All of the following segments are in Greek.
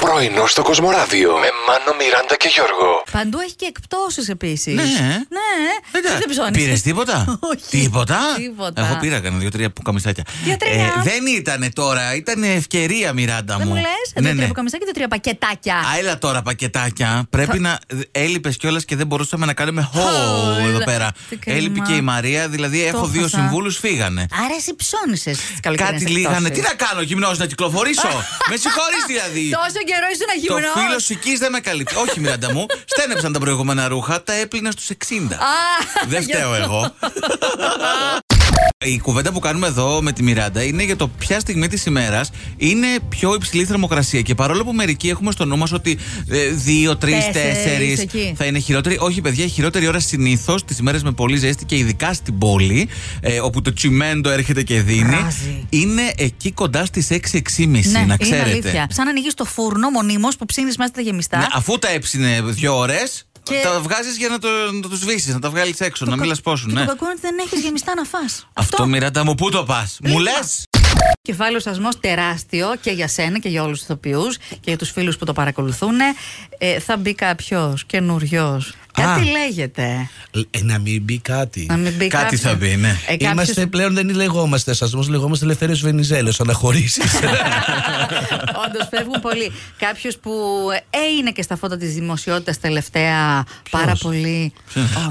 Πρωινό στο Κοσμοράδιο με Μάνο, Μιράντα και Γιώργο. Παντού έχει και εκπτώσεις επίσης. Ναι. Ναι. Δεν ψώνεις. Πήρες τίποτα. Όχι. Τίποτα. Τίποτα. Εγώ πήρα κανένα δύο-τρία που καμιστάκια. Δύο-τρία. δεν ήταν τώρα, ήταν ευκαιρία, Μιράντα Δεν μου. μου λες. Ναι, Εδώ τρία ναι. ποκαμισάκια και τρία πακετάκια. Α, έλα τώρα πακετάκια. Πρέπει να. Έλειπες κιόλας και δεν μπορούσαμε να κάνουμε χω Χω, εδώ έλα. πέρα. Τι κρίμα. Έλειπε και η Μαρία, δηλαδή έχω δύο χάσα. συμβούλους, φύγανε. Άρα εσύ ψώνισε τις καλοκαιρινές. Κάτι λίγανε. Τι να κάνω, γυμνός, να κυκλοφορήσω. με συγχωρείς δηλαδή. Τόσο καιρό ήσουν Το αγυμνό. φύλλο σική δεν με καλύπτει. Όχι, Μιράντα μου. Στένεψαν τα προηγούμενα ρούχα, τα έπλυνα στου 60. Δεν φταίω εγώ. Η κουβέντα που κάνουμε εδώ με τη Μιράντα είναι για το ποια στιγμή της ημέρας είναι πιο υψηλή η θερμοκρασία. Και παρόλο που μερικοί έχουμε στο νου μας ότι ε, 2, 3, 4 Τέσσερις, εκεί. θα είναι χειρότερη. Όχι, παιδιά, η χειρότερη ώρα συνήθως τις ημέρες με πολύ ζέστη και ειδικά στην πόλη, ε, όπου το τσιμέντο έρχεται και δίνει, Βράζει. είναι εκεί κοντά στις 6-6.30, Ναι, να είναι ξέρετε. αλήθεια. Σαν να ανοίγεις το φούρνο μονίμως που ψήνεις μέσα τα Ναι, γεμιστά. αφού τα έψινε δύο ώρες, Και- τα βγάζεις για να το, να το σβήσεις, να τα βγάλεις έξω, να Το μην κα- λασπώσουν. και Ναι. Το κακό είναι ότι δεν έχεις γεμιστά να φας Αυτό, Μιράντα μου, πού το πας. Μου Λίπμα. λες. Κεφάλαιος σασμός τεράστιο και για σένα και για όλους τους ηθοποιούς και για τους φίλους που το παρακολουθούν. Ε, θα μπει κάποιος καινούριος. Κάτι λέγεται. Ε, ναι. να μην μπει κάτι. Να μην μπει Κάτι κάποιος- θα μπει, ναι. Ε, κάποιος- Είμαστε πλέον δεν λεγόμαστε σασμός, λεγόμαστε Ελευθέρω Βενιζέλο. Αναχωρήσεις. Όντως φεύγουν πολλοί. Κάποιος που ε, είναι και στα φώτα της δημοσιότητας τελευταία πάρα πολύ.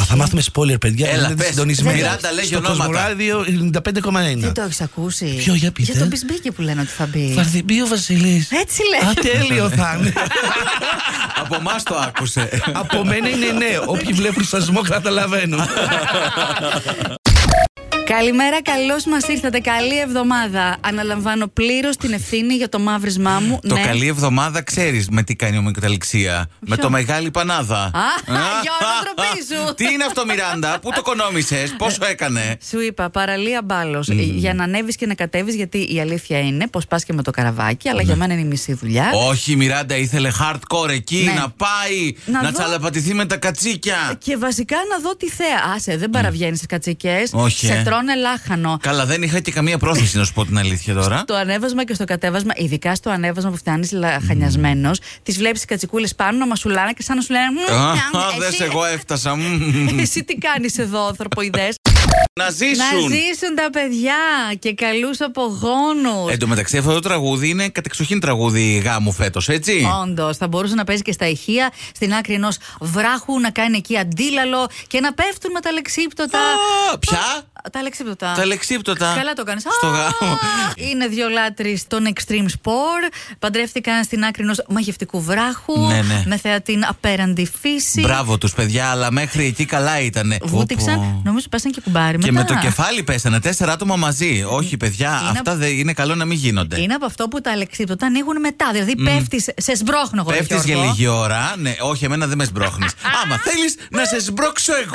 Α, θα μάθουμε spoiler, παιδιά. Έλα, είναι πες. συντονισμένοι. Μιράντα, λέγε Στο ονόματα. Κοσμοράδιο 95,1. Δεν το έχεις ακούσει. Ποιο, για πείτε. Για τον Μπισμπίκη που λένε ότι θα μπει. Θα έρθει μπει ο Βασιλής. Έτσι λέει. Α, τέλειο θα είναι. Από εμάς το άκουσε. Από μένα είναι ναι. Όποιοι βλέπουν σασμό καταλαβαίνουν. Καλημέρα, καλώς μας ήρθατε. Καλή εβδομάδα. Αναλαμβάνω πλήρως την ευθύνη για το μαύρισμά μου. Το ναι. καλή εβδομάδα ξέρεις με τι κάνει ο Μικταληξία. Με το μεγάλη πανάδα. Γιώργο, ντροπή σου. Τι είναι αυτό, Μιράντα, πού το κονόμησες, πόσο έκανε. Σου είπα, παραλία μπάλος. Για να ανέβεις και να κατέβεις, γιατί η αλήθεια είναι πως πας και με το καραβάκι, Ναι. αλλά για μένα είναι η μισή δουλειά. Όχι, η Μιράντα ήθελε hardcore εκεί Ε. Ναι. να πάει, Να να, δω- Ε, τσαλαπατηθεί με τα κατσίκια. Και βασικά να δω τη θέα. Άσε, δεν παραβγαίνεις τις κατσικέ. Όχι, Σε ε. τρώνε λάχανο. Καλά, δεν είχα και καμία πρόθεση να σου πω την αλήθεια τώρα. Το ανέβασμα και στο κατέβασμα, ειδικά στο ανέβασμα που φτάνεις λαχανιασμένο, τις βλέπεις τις κατσικούλες πάνω να μασουλάνε και σαν να σου λένε. «Μμμ, Α, Ε, εσύ- Δες εγώ έφτασα. Μμμ. Εσύ τι κάνεις εδώ, ανθρωποειδές. Να να ζήσουν. ζήσουν τα παιδιά και καλούς απογόνους. Εν τω μεταξύ, αυτό το τραγούδι είναι κατεξοχήν τραγούδι γάμου φέτος, έτσι. Όντως, θα μπορούσε να παίζει και στα ηχεία, στην άκρη ενός βράχου, να κάνει εκεί αντίλαλο και να πέφτουν με τα λεξίπτωτα. Α, Ποια? Τα λεξίπτωτα. Τα λεξίπτωτα. Καλά το κάνεις. Στο γάμο. Είναι δύο λάτρε των Extreme Sport. Παντρεύτηκαν στην άκρη ενός μαγευτικού βράχου. Ναι, ναι. Με θέα την απέραντη φύση. Μπράβο τους, παιδιά, αλλά μέχρι εκεί καλά ήταν. Βούτυξαν. Νομίζω πέσαν και κουμπάρι Και μετά. με το κεφάλι πέσανε τέσσερα άτομα μαζί. Όχι, παιδιά, αυτά δεν είναι καλό να μην γίνονται. Είναι από αυτό που τα λεξίπτωτα ανοίγουν μετά. Δηλαδή πέφτεις σε σμπρόχνο Πέφτεις για Γιώργο. λίγη ώρα. Ναι, όχι, εμένα δεν με σμπρώχνεις. Άμα θέλεις, να σε σμπρώξω εγώ.